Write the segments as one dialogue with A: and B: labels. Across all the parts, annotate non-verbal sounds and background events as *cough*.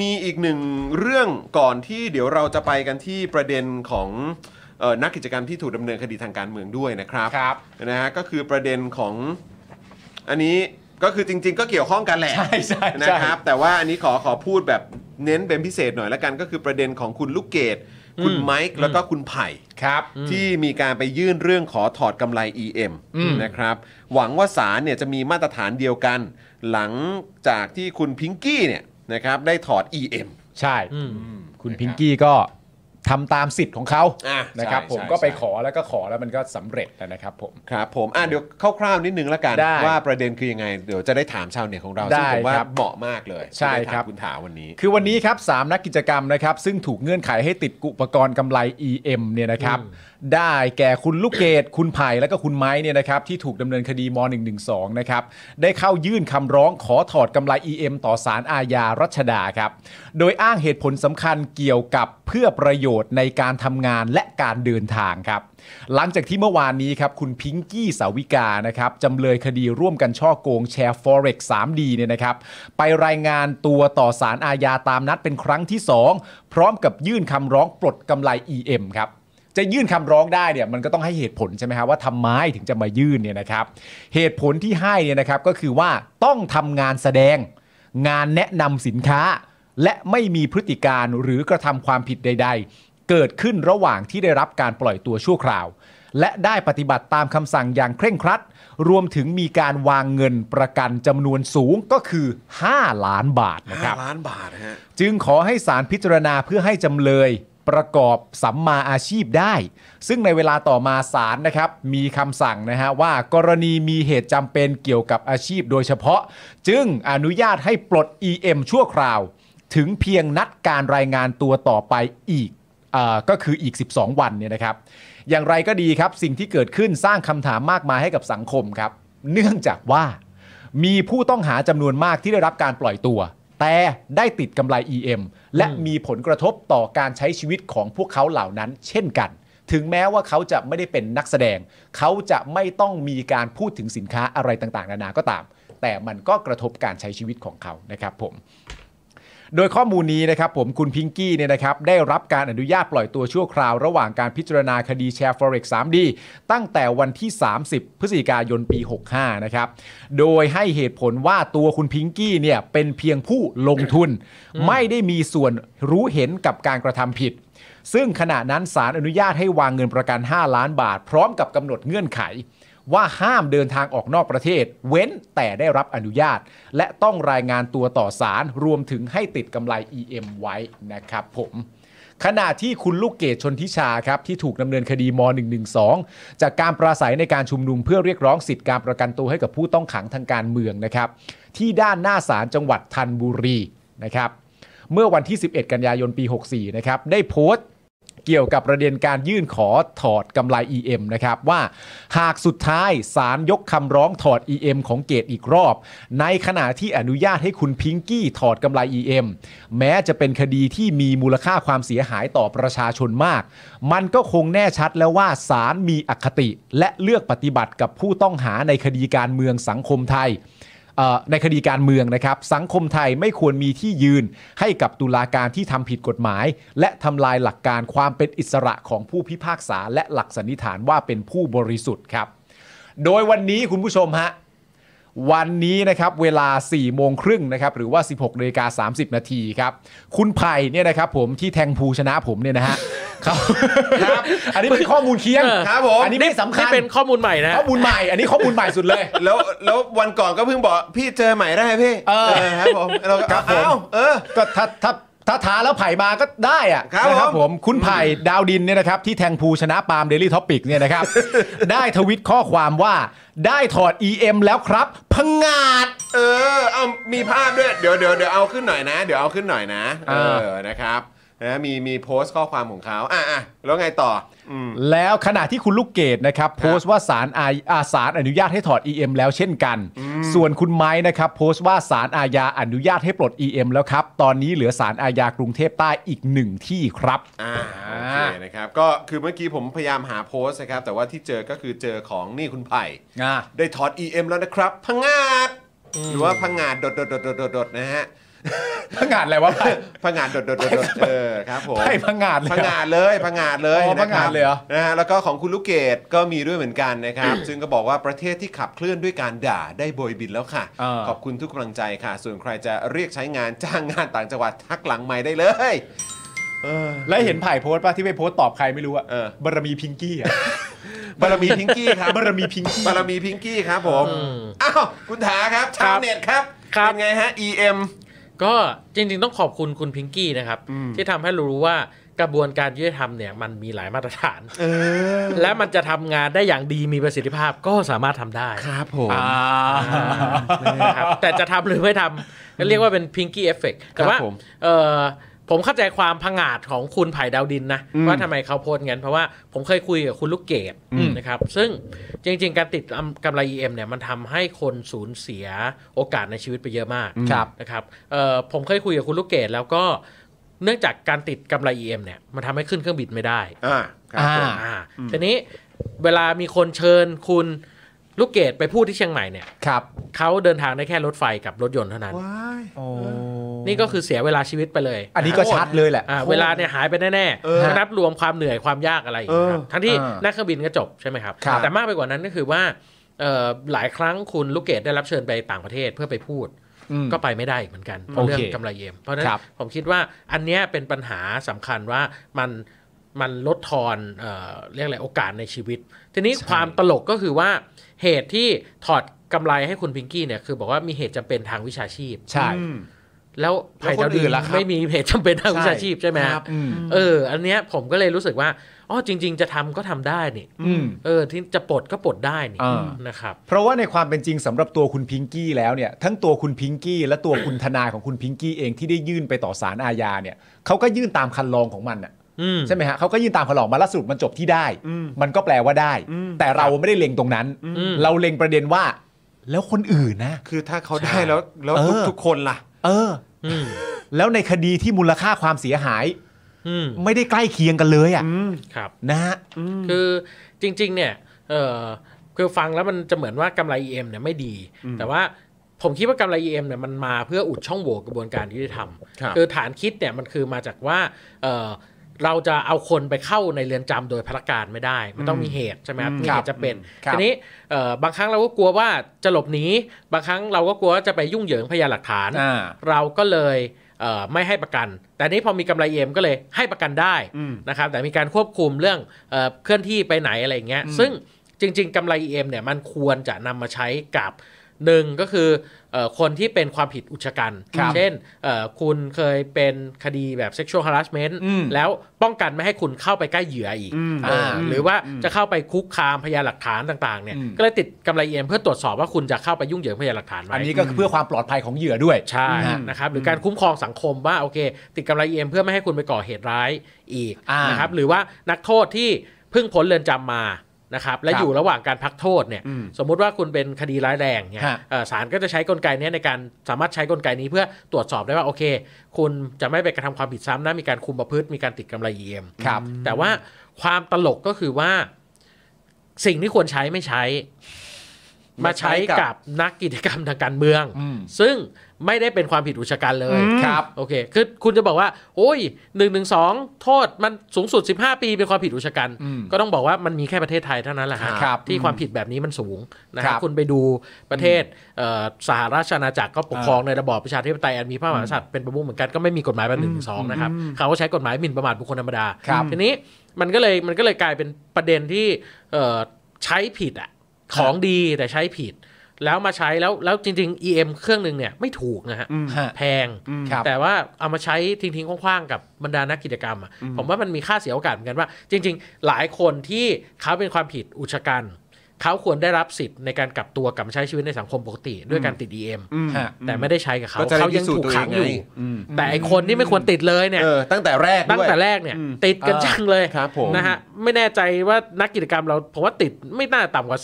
A: มีอีกหนึ่งเรื่องก่อนที่เดี๋ยวเราจะไปกันที่ประเด็นของเอ่อนักกิจกรรมที่ถูกดำเนินคดีทางการเมืองด้วยนะครับ
B: ครับ
A: นะฮะก็คือประเด็นของอันนี้ก็คือจริง ๆ ก็เกี่ยวข้องกันแหละ
B: ใช่ใช่ใช่
A: นะครับแต่ว่าอันนี้ขอขอพูดแบบเน้นเป็นพิเศษหน่อยละกัน ก็คือประเด็นของคุณลูกเกดคุณไมค์แล้วก็คุณไผ่
B: ครับ
A: ที่มีการไปยื่นเรื่องขอถอดกำไร EM นะครับ หวังว่าศาลเนี่ยจะมีมาตรฐานเดียวกัน หลังจากที่คุณพิงกี้เนี่ยนะครับได้ถอด EM
B: ใช่คุณพิงกี้ก็ทำตามสิทธิ์ของเขา
A: อ่ะ
B: นะครับ
A: ใช่
B: ผม
A: ใช่
B: ก็ไป
A: ใช่
B: ขอแล้วก็ขอแล้วมันก็สำเร็จแล้วนะครับผม
A: ครับผม อ่ะเดี๋ยวคร่าวๆนิดนึงละกัน
B: ได้
A: ว่าประเด็นคือยังไง เดี๋ยวจะได้ถามชาวเน็ตของเรา
B: ได้
A: ซึ่งผมว่า
B: ครับ
A: เหมาะมากเลย
B: ใช่
A: จะได้ถาม
B: ครับ
A: คุณถาวันนี้
B: คือวันนี้ครับสามนักกิจกรรมนะครับซึ่งถูกเงื่อนไขให้ติดอุปกรณ์กำไร EM เนี่ยนะครับได้แก่คุณลูกเกด คุณไผ่และก็คุณไม้เนี่ยนะครับที่ถูกดำเนินคดีม .112 นะครับได้เข้ายื่นคำร้องขอถอดกำไร EM ต่อศาลอาญารัชดาครับโดยอ้างเหตุผลสำคัญเกี่ยวกับเพื่อประโยชน์ในการทำงานและการเดินทางครับหลังจากที่เมื่อวานนี้ครับคุณพิงกี้สาวิกานะครับจำเลยคดีร่วมกันช่อโกงแชร์ Forex 3D เนี่ยนะครับไปรายงานตัวต่อศาลอาญาตามนัดเป็นครั้งที่ 2 พร้อมกับยื่นคำร้องปลดกำไร EM ครับจะยื่นคำร้องได้เนี่ยมันก็ต้องให้เหตุผลใช่ไหมครับว่าทำไมถึงจะมายื่นเนี่ยนะครับเหตุผลที่ให้เนี่ยนะครับก็คือว่าต้องทำงานแสดง งานแนะนำสินค้า และไม่มีพฤติการหรือกระทำความผิดใด ๆ เกิดขึ้นระหว่างที่ได้รับการปล่อยตัวชั่วคราว และได้ปฏิบัติตามคำสั่งอย่างเคร่งครัด รวมถึงมีการวางเงินประกันจำนวนสูงก็คือ 5 ล้านบาทนะครับ
A: 5 ล้านบาทนะฮะ
B: จึงขอให้ศาลพิจารณาเพื่อให้จำเลย ประกอบสัมมาอาชีพได้ ซึ่งในเวลาต่อมาศาลนะครับ มีคำสั่งนะฮะว่ากรณีมีเหตุจำเป็นเกี่ยวกับอาชีพโดยเฉพาะ จึงอนุญาตให้ปลด EM ชั่วคราว ถึงเพียงนัดการรายงานตัวต่อไปอีก อ่าก็คืออีก 12 วันเนี่ยนะครับ อย่างไรก็ดีครับ สิ่งที่เกิดขึ้นสร้างคำถามมากมายให้กับสังคมครับ เนื่องจากว่า มีผู้ต้องหาจำนวนมากที่ได้รับการปล่อยตัว แต่ได้ติดกำไร EM และมีผลกระทบต่อการใช้ชีวิตของพวกเขาเหล่านั้น เช่นกัน ถึงแม้ว่าเขาจะไม่ได้เป็นนักแสดง เขาจะไม่ต้องมีการพูดถึงสินค้าอะไรต่างๆ นานาก็ตาม แต่มันก็กระทบการใช้ชีวิตของเขานะครับผม โดยข้อมูลนี้นะครับผมคุณพิงกี้เนี่ยนะครับได้รับการอนุญาตปล่อยตัวชั่วคราว ระหว่างการพิจารณาคดีแชร์ Forex 3D ตั้งแต่วันที่ 30 พฤศจิกายนปี 65 นะครับ โดยให้เหตุผลว่าตัวคุณพิงกี้เนี่ยเป็นเพียงผู้ลงทุน ไม่ได้มีส่วนรู้เห็นกับการกระทำผิด ซึ่งขณะนั้นศาลอนุญาตให้วางเงินประกัน 5 ล้านบาท พร้อมกับกำหนดเงื่อนไข ว่าห้ามเดินทางออกนอกประเทศ เว้นแต่ได้รับอนุญาต และต้องรายงานตัวต่อศาลรวมถึงให้ติดกำไร EM ไว้นะครับผม ขณะที่คุณลูกเกดชนทิชาครับที่ถูกดำเนินคดีม .112 จากการปราศัยในการชุมนุมเพื่อเรียกร้องสิทธิการประกันตัวให้กับผู้ต้องขังทางการเมืองนะครับที่ด้านหน้าศาลจังหวัดธัญบุรีนะครับ เมื่อวันที่ 11 กันยายน ปี 64 นะครับ ได้โพสต์เกี่ยวกับประเด็นการยื่นขอถอดกำไร EM นะครับ ว่าหากสุดท้ายศาลยกคำร้องถอด EM ของเกตอีกรอบ ในขณะที่อนุญาตให้คุณพิงกี้ถอดกำไร EM แม้จะเป็นคดีที่มีมูลค่าความเสียหายต่อประชาชนมาก มันก็คงแน่ชัดแล้วว่าศาลมีอคติ และเลือกปฏิบัติกับผู้ต้องหาในคดีการเมืองสังคมไทย เอ่อในคดีการเมืองนะครับ สังคมไทยไม่ควรมีที่ยืนให้กับตุลาการที่ทำผิดกฎหมาย และทำลายหลักการความเป็นอิสระของผู้พิพากษา และหลักสันนิษฐานว่าเป็นผู้บริสุทธิ์ครับ โดยวันนี้คุณผู้ชมฮะ วันนี้นะครับเวลา 4 โมงครึ่งนะครับหรือว่า 16นาฬิกา30 นาทีครับ คุณไผ่เนี่ยนะครับผมที่แทงภูชนะผมเนี่ยนะฮะเขาครับ อันนี้เป็นข้อมูลเคียง
C: เออ
A: ครับผม
B: อันนี้ไม่สำคัญ
C: นี่เป็นข้อมูลใหม่นะ
B: ข้อมูลใหม่ อันนี้ข้อมูลใหม่สุดเลย
A: แล้วแล้ววันก่อนก็เพิ่งบอกพี่เจอใหม่ได้ไหมพี่
B: เออ
A: ครับผมเราก็
B: ครับผม
A: เอ้าเออ
B: ก็ถ้าถ้าถ้าท้าแล้วไผ่มาก็ได้อะ
A: ครับ
B: นะ
A: ผม
B: ผมคุณไผ่ดาวดินเนี่ยนะครับที่แทงภูชนะปาล์มเดลี่ท็อปิกเนี่ย
A: *laughs*
B: นะครับ ได้ทวิตข้อความว่าได้ถอด EM แล้วครับพังงาด
A: เออ เอามีภาพด้วย เดี๋ยวเดี๋ยวเดี๋ยวเอาขึ้นหน่อยนะ เดี๋ยวเอาขึ้นหน่อยนะ เอ
B: อ่า
A: อ นะครับ นะ มี มีโพสต์ข้อความของเขาอ่ะอ่ะแล้วไงต่อ อืม
B: แล้วขณะที่คุณลูกเกดนะครับ โพสต์ว่าสารอาอาสารอนุญาตให้ถอด EM แล้วเช่นกัน ส่วนคุณไม้นะครับ โพสต์ว่าสารอาญาอนุญาตให้ปลด EM แล้วครับ ตอนนี้เหลือสารอาญากรุงเทพใต้อีกหนึ่งที่ครับ
A: อ่า โอเคนะครับ ก็คือเมื่อกี้ผมพยายามหาโพสต์นะครับ แต่ว่าที่เจอก็คือเจอของนี่คุณไผ่ ได้ถอด EM แล้วนะครับ พังงาด หรือว่าพังงาดดดดดดดดนะฮะ
B: พังงานอะไร
A: *laughs*
B: วะ
A: พังงานโดดๆๆๆเออครับผม
B: ไพ่พังงานเลย
A: พัง
B: อะ
A: งาดเลยพังงาดเลย
B: อ๋อพังงาดเลยเหรอ
A: นะฮะแล้วก็ของคุณลูกเกดก็มีด้วยเหมือนกันนะครับ ซึ่งก็บอกว่าประเทศที่ขับเคลื่อนด้วยการด่าได้โบยบินแล้วค่ะ
B: เออ
A: ขอบคุณทุกกำลังใจค่ะ ส่วนใครจะเรียกใช้งานจ้างงานต่างจังหวัดทักหลังใหม่ได้เลย เออ
B: แล้วเห็นไผ่โพสต์ป่ะที่ไปโพสต์ตอบใครไม่รู้อะ
A: เออ
B: บารมีพิงกี้อะ *laughs*
A: บารมีพิงกี้ครับ
B: บารมีพิงกี้
A: บารมีพิงกี้ครับผมอ้าวคุณถาครับชาวเน็ตครับ
C: ครับ
A: เป็นไงฮะ EM
C: ก็จริงๆต้องขอบคุณคุณพิงกี้นะครับ
A: อืม
C: ที่ทำให้เรารู้ว่ากระบวนการยุติธรรมเนี่ยมันมีหลายมาตรฐาน
A: เออ
C: และมันจะทำงานได้อย่างดีมีประสิทธิภาพก็สามารถทำได้
A: ครับผม
B: อ่า
C: นะครับแต่จะทำหรือไม่ทำก็เรียกว่าเป็นพิงกี้เอฟเฟกแต่
A: ค
C: ว่า
A: รับผม
C: เอ่อผมเข้าใจความผงาดของคุณไผ่ดาวดินนะ
A: อืม
C: ว่าทำไมเขาโพสต์งั้น เพราะว่าผมเคยคุยกับคุณลูกเกด
B: อืม
C: นะครับ ซึ่งจริง ๆ การติดกำไร EM เนี่ยมันทำให้คนสูญเสียโอกาสในชีวิตไปเยอะมาก
B: ครับ
C: นะครับเอ่อผมเคยคุยกับคุณลูกเกดแล้วก็เนื่องจากการติดกำไร EM เนี่ยมันทำให้ขึ้นเครื่องบินไม่ได้
A: อ่าครับผม
B: อ่า
C: อ่าทีนี้เวลามีคนเชิญคุณลูกเกดไปพูดที่เชียงใหม่เนี่ย
B: ครับ
C: เขาเดินทางได้แค่รถไฟกับรถยนต์เท่านั้น
B: โอ้
C: นี่ก็คือเสียเวลาชีวิตไปเลย
B: อันนี้ก็ชัดเลยแหละ
C: อ่าเวลาเนี่ยหายไปแน่
A: เออ
C: ๆถ้านับรวมความเหนื่อยความยากอะไรอีกนะครับ
A: เออ
C: ทั้งที่
B: อ่านั่
C: นั่งเครื่องบินก็จบใช่ไหมครับ
B: ครับ
C: แต่มากไปกว่านั้นก็คือว่าเอ่อหลายครั้งคุณลูกเกดได้รับเชิญไปต่างประเทศเพื่อไปพูด ก็ไปไม่ได้อีกเหมือนกันเพราะเรื่อง
B: โอเค
C: กำไรเอ็มเพราะฉะนั้น
B: ครับ
C: ผมคิดว่าอันเนี้ยเป็นปัญหาสำคัญว่ามันมันลดทอนเอ่อเรียกอะไรโอกาสในชีวิต ทีนี้
B: ใช่
C: ความตลกก็คือว่าเหตุที่ถอดกำไรให้คุณพิงกี้เนี่ยคือบอกว่ามีเหตุจำเป็นทางวิชาชีพ
B: ใช่
A: อืม
C: แล้วภัย
B: แล้วคน
C: ดาวดิ
B: อื่
C: น
B: นล่ะครับ
C: ไม่มีเหตุจำเป็นทางวิชาชีพใช่ไหม
A: ครับ
B: อืม
C: เออ อันเนี้ยผมก็เลยรู้สึกว่าอ๋อจริง ๆ จะทำก็ทำได้นี่
B: อืม
C: เออที่จะปลดก็ปลดได้นี่
B: อ่า
C: นะครับ
B: เพราะว่าในความเป็นจริงสำหรับตัวคุณพิงกี้แล้วเนี่ย ทั้งตัวคุณพิงกี้และตัวคุณทนายของคุณพิงกี้เองที่ได้ยื่นไปต่อศาลอาญาเนี่ยเขาก็ยื่นตามคันลองของมันน่ะ
C: อืม
B: ใช่ไหมฮะเขาก็ยื่นตามคันลองมาแล่าสุดมันจบที่ได้ มันก็แปลว่าได้ แต่เราไม่ได้เล็งตรงนั้น
C: อืม
B: เราเล็งประเด็นว่า แล้วคนอื่นนะ
A: คือถ้าเขาได้แล้วแล้ว
B: เออ
A: ทุกๆคนล่ะ
B: เออ
C: อืม
B: แล้วในคดีที่มูลค่าความเสียหาย
C: อืม
B: ไม่ได้ใกล้เคียงกันเลยอ่ะ
C: ครับ
B: นะฮะ
C: คือจริง ๆ เนี่ย เออคือฟังแล้วมันจะเหมือนว่ากำไร EM เนี่ยไม่ดี แต่ว่าผมคิดว่ากำไร EM เนี่ยมันมาเพื่ออุดช่องโหว่กระบวนการยุติธรรม
A: ครับ
C: อฐานคิดเนี่ยมันคือมาจากว่าเออเราจะเอาคนไปเข้าในเรือนจำโดยพละการไม่ได้ มันต้องมีเหตุใช่ไหมครับมีเหตุจะเป็น
B: ครับ
C: ทีนี้เอ่อบางครั้งเราก็กลัวว่าจะหลบหนีบางครั้งเราก็กลัวว่าจะไปยุ่งเหยิงพยานหลักฐาน
B: อ่า
C: เราก็เลยเอ่อไม่ให้ประกัน แต่นี้พอมีกำไรเอ็มก็เลยให้ประกันได้
A: อืม
C: นะครับ แต่มีการควบคุมเรื่องเอ่อเคลื่อนที่ไปไหนอะไรอย่างเงี้ย ซึ่งจริง ๆกำไรเอ็มเนี่ยมันควรจะนำมาใช้กับหนึ่งก็คือเออคนที่เป็นความผิดอุกชะกัน
B: ครับ
C: เช่นเอ่อคุณเคยเป็นคดีแบบ sexual harassment
B: อืม
C: แล้วป้องกันไม่ให้คุณเข้าไปใกล้เหยื่ออีก
A: อืม
C: เอออ
B: ม
C: หรือว่าจะเข้าไปคุกคามพยานหลักฐานต่างๆเนี่ย
B: อืม
C: ก็เลยติดกำไรเอ็มเพื่อตรวจสอบว่าคุณจะเข้าไปยุ่งเหยิงพยานหลักฐานไหม
B: อันนี้ก็เพื่อความปลอดภัยของเหยื่อด้วย
C: ใช่
B: อืม
C: นะครับหรือการคุ้มครองสังคมว่าโอเค ติดกำไรเอ็มเพื่อไม่ให้คุณไปก่อเหตุร้ายอีก
B: อ่าน
C: นะครับหรือว่านักโทษที่เพิ่งพ้นเรือนจำมานะครับและ
B: ครับ
C: อยู่ระหว่างการพักโทษเนี่ย
A: อืม
C: สมมุติว่าคุณเป็นคดีร้ายแรงเนี่ย
B: ฮะ
C: เอ่อศาลก็จะใช้กลไกเนี้ยในการสามารถใช้กลไกนี้เพื่อตรวจสอบได้ว่าโอเค คุณจะไม่ไปกระทำความผิดซ้ำนะมีการคุมประพฤติมีการติดกำไรเอ็ม
B: ครับ
C: แต่ว่าความตลกก็คือว่าสิ่งที่ควรใช้ไม่ใช้ มาใช้กับนักกิจกรรมทางการเมือง
B: อืม
C: ซึ่งไม่ได้เป็นความผิดอุกชะกันเลย
B: ครับ
C: โอเค คือคุณจะบอกว่า โอ้ย1นึโทษมันสูงสุด 15 ปีเป็นความผิดอุกชะกัน
B: อืม
C: ก็ต้องบอกว่ามันมีแค่ประเทศไทยเท่านั้นแหละฮะ
B: ครับ
C: ที่ความผิดแบบนี้มันสูงนะค
B: ครั
C: รับบ คุณไปดูประเทศเอ่อสหราชอาณาจักรก็ปกครองในระบอบประชาธิปไตยอันมีพระมหากษัตริย์เป็นประมุขเหมือนกันก็ไม่มีกฎหมายแบบหนึ่งถึงสองนะครับเขาก็ใช้กฎหมายหมิ่นประมาทบุคคลธรรมดา
B: ครับ
C: ทีนี้มันก็เลยมันก็เลยกลายเป็นประเด็นที่เอ่อใช้ผิดอะของดีแต่ใช้ผิด แล้วมาใช้แล้วแล้วจริง ๆ EM เครื่องหนึ่งเนี่ยไม่ถูกนะฮะ
B: ฮะ
C: แพง
B: ครับ
C: แต่ว่าเอามาใช้ทิ้งๆคว้างๆกับบรรดานักกิจกรรมอะผมว่ามันมีค่าเสียโอกาสเหมือนกันว่า จริง ๆ หลายคนที่เขาเป็นความผิดอุกชะกัน เขาควรได้รับสิทธิ์ในการกลับตัวกลับมาใช้ชีวิตในสังคมปกติ ด้วยการติด EM
B: ฮะ
C: แต่ไม่ได้ใช้กับเขา
A: ก็จะได้
C: เขายัง
A: พิสูจน์
C: ถูก
A: ตัวเอง
C: ขังอยู่
A: ไงอืม
C: แต่ไอคนที่ไม่ควรติดเลยเนี่ย
A: เออตั้งแต่แรก
C: ตั้ง
A: ด้วย
C: แต่แรกเนี่ย
A: อืม
C: ติดกัน
B: เออ
C: จังเลย
A: ครับผม
C: นะฮะไม่แน่ใจว่านักกิจกรรมเราผมว่าติดไม่น่าต่ำกว่า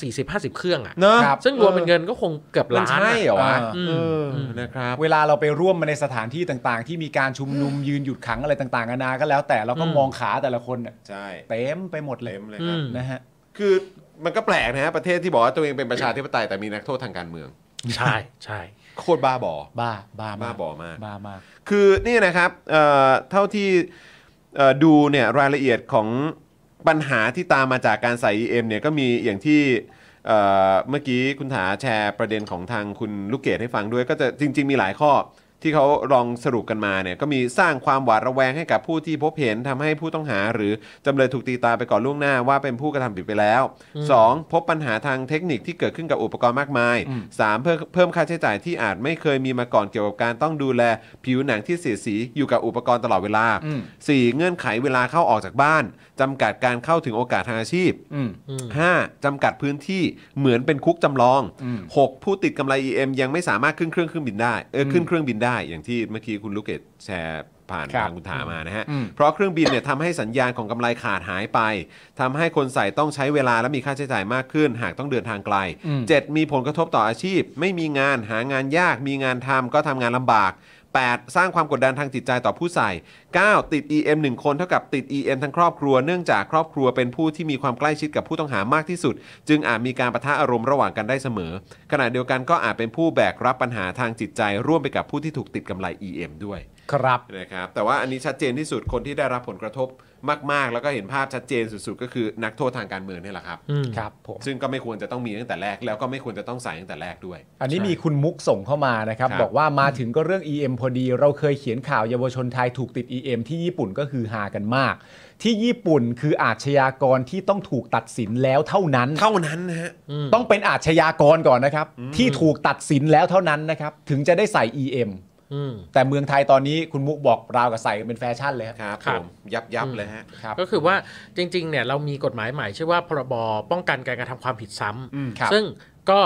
C: 40-50 เครื่องอะ
A: เนอะ
B: ครับ
C: ซึ่งรวมเป็นเงินก็คงเกือบ
A: มัน
C: ล้าน
A: ใช่
C: อะ
A: เหรอวะ
B: อ่า
A: เออนะครับ
B: เวลาเราไปร่วมมาในสถานที่ต่างๆ ที่มีการชุมนุมยืนหยุดขังอะไรต่างๆนานาก็แล้ว แต่เราก็
C: อืม
B: มองขาแต่ละคนน่ะ
A: ใช่
B: เต็มไปหมดเลย
A: เต็มเลย
C: อื
A: ครับ
C: ม
B: นะฮะ
A: คือมันก็แปลกนะฮะประเทศที่บอกว่าตัวเองเป็นประชาธิปไตยแต่มีนักโทษทางการเมือง
C: ใช่ใช่
A: โคตรบ้าบอ
B: บ้าบ้ามา
A: บ้าก บอมาก
B: บ้ามาก
A: คือนี่นะครับเอ่อเท่าที่เอ่อดูเนี่ยรายละเอียดของปัญหาที่ตามมาจากการใส่ EM เนี่ยก็มีอย่างที่เอ่อเมื่อกี้คุณถาแชร์ประเด็นของทางคุณลูกเกดให้ฟังด้วยก็จะจริง ๆ มีหลายข้อที่เขาลองสรุปกันมาเนี่ยก็มีสร้างความหวาดระแวงให้กับผู้ที่พบเห็นทำให้ผู้ต้องหาหรือจำเลยถูกตีตาไปก่อนล่วงหน้าว่าเป็นผู้กระทำผิดไปแล้วสองพบปัญหาทางเทคนิคที่เกิดขึ้นกับอุปกรณ์มากมาย
B: อืม
A: 3เพิ่มเพิ่มค่าใช้จ่ายที่อาจไม่เคยมีมาก่อนเกี่ยวกับการต้องดูแล ผิวหนังที่เสียดสีอยู่กับอุปกรณ์ตลอดเวลา
B: อืม
A: 4. เงื่อนไขเวลาเข้าออกจากบ้านจำกัดการเข้าถึงโอกาสทางอาชีพ
B: อืม
C: อืม
A: 5. จำกัดพื้นที่เหมือนเป็นคุกจำลอง
B: อืม
A: 6. ผู้ติดกำไร EM ยังไม่สามารถขึ้นเครื่องเครื่องบินได้เออขึ้นเครื่องบินได้ อย่างที่เมื่อกี้คุณลูกเกดแชร์ผ่าน
B: ครับ
A: ทางคุณถามานะฮะ
B: อืม
A: เพราะเครื่องบินเนี่ยทำให้สัญญาณของกำไรขาดหายไปทำให้คนใส่ต้องใช้เวลาและมีค่าใช้จ่ายมากขึ้น หากต้องเดินทางไกล
B: อืม
A: 7. มีผลกระทบต่ออาชีพ ไม่มีงานหางานยาก มีงานทำก็ทำงานลำบาก 8. สร้างความกดดันทางจิตใจต่อผู้ใส่ 9. ติด EM 1 คนเท่ากับติด EM ทั้งครอบครัว เนื่องจากครอบครัวเป็นผู้ที่มีความใกล้ชิดกับผู้ต้องหามากที่สุด จึงอาจมีการประทะอารมณ์ระหว่างกันได้เสมอ ขณะเดียวกันก็อาจเป็นผู้แบกรับปัญหาทางจิตใจร่วมไปกับผู้ที่ถูกติดกำไร EM ด้วย
B: ครับ
A: นะครับแต่ว่าอันนี้ชัดเจนที่สุดคนที่ได้รับผลกระทบมาก ๆ แล้วก็เห็นภาพชัดเจนสุด ๆ ก็คือนักโทษทางการเมืองเนี่ยแหละครับ
C: อืม
B: ครับผม
A: ซึ่งก็ไม่ควรจะต้องมีตั้งแต่แรก แล้วก็ไม่ควรจะต้องใส่ตั้งแต่แรกด้วย
B: อันนี้
C: ใช่
B: มีคุณมุกส่งเข้ามานะครับ
A: ครับ
B: บอกว่ามาถึงก็เรื่อง EM พอดี เราเคยเขียนข่าวเยาวชนไทยถูกติด EM ที่ญี่ปุ่นก็คือหากันมาก ที่ญี่ปุ่นคืออาชญากรที่ต้องถูกตัดสินแล้วเท่านั้น
A: เท่านั้นนะฮะ
B: ต้องเป็นอาชญากรก่อนนะครับ ที่ถูกตัดสินแล้วเท่านั้นนะครับ ถึงจะได้ใส่ EM
C: อืม
B: แต่เมืองไทยตอนนี้คุณมุกบอกราวกับใส่กันเป็นแฟชั่นเลยครับ
A: ครับผ
C: ครับ
A: ม ยับยับๆเลยฮะ
B: ครับ
C: ก็คือว่าจริงๆเนี่ยเรามีกฎหมายใหม่ชื่อว่าพรบป้องกันการกระทำความผิดซ้ำ
A: อืม
B: ครับ
C: ซึ่งก็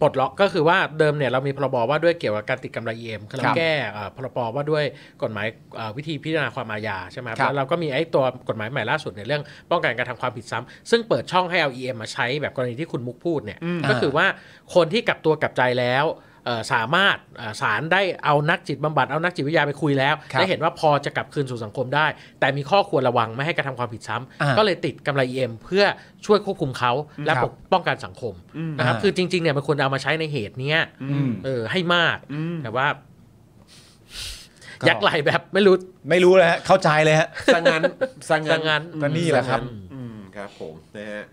C: ปลดล็อกก็คือว่าเดิมเนี่ยเรามีพรบว่าด้วยเกี่ยวกับการติดกำไรเอ็มคือเรา
B: ครับ
C: แก้เอ่อพรบว่าด้วยกฎหมายเอ่อวิธีพิจารณาความอาญาใช่ไหมครับ
B: ครับ
C: แล้วเราก็มีไอ้ตัวกฎหมายใหม่ล่าสุดในยเรื่องป้องกันการทำความผิดซ้ำซึ่งเปิดช่องให้เอาเอ็มมาใช้แบบกรณีที่คุณมุกพูดเนี่ยก็คือว่าคนที่กลับตัวกลับใจแล้วเอ่อสามารถเอ่อศาลได้เอานักจิตบำบัดเอานักจิตวิทยาไปคุยแล้ว
B: ครับ
C: ได้เห็นว่าพอจะกลับคืนสู่สังคมได้ แต่มีข้อควรระวังไม่ให้กระทำความผิดซ้ำ
B: อ่า
C: ก็เลยติดกำไรเอ็มเพื่อช่วยควบคุมเขาและ
B: ครับ
C: ปกป้องกันสังคมนะครับ
B: อ่า
C: คือจริงๆเนี่ยมันควรเอามาใช้ในเหตุเนี้ย
B: อืม
C: เออให้มาก
A: อืม
C: แต่ว่า
B: ก็
C: ยักษ์ไหลแบบไม่รู้
B: ไม่รู้เลยฮะเข้าใจเลยฮะ
A: สังงานสัง
C: สังงั้น
B: ก็นี่แหละครับ
A: อืมครับผมนะฮะ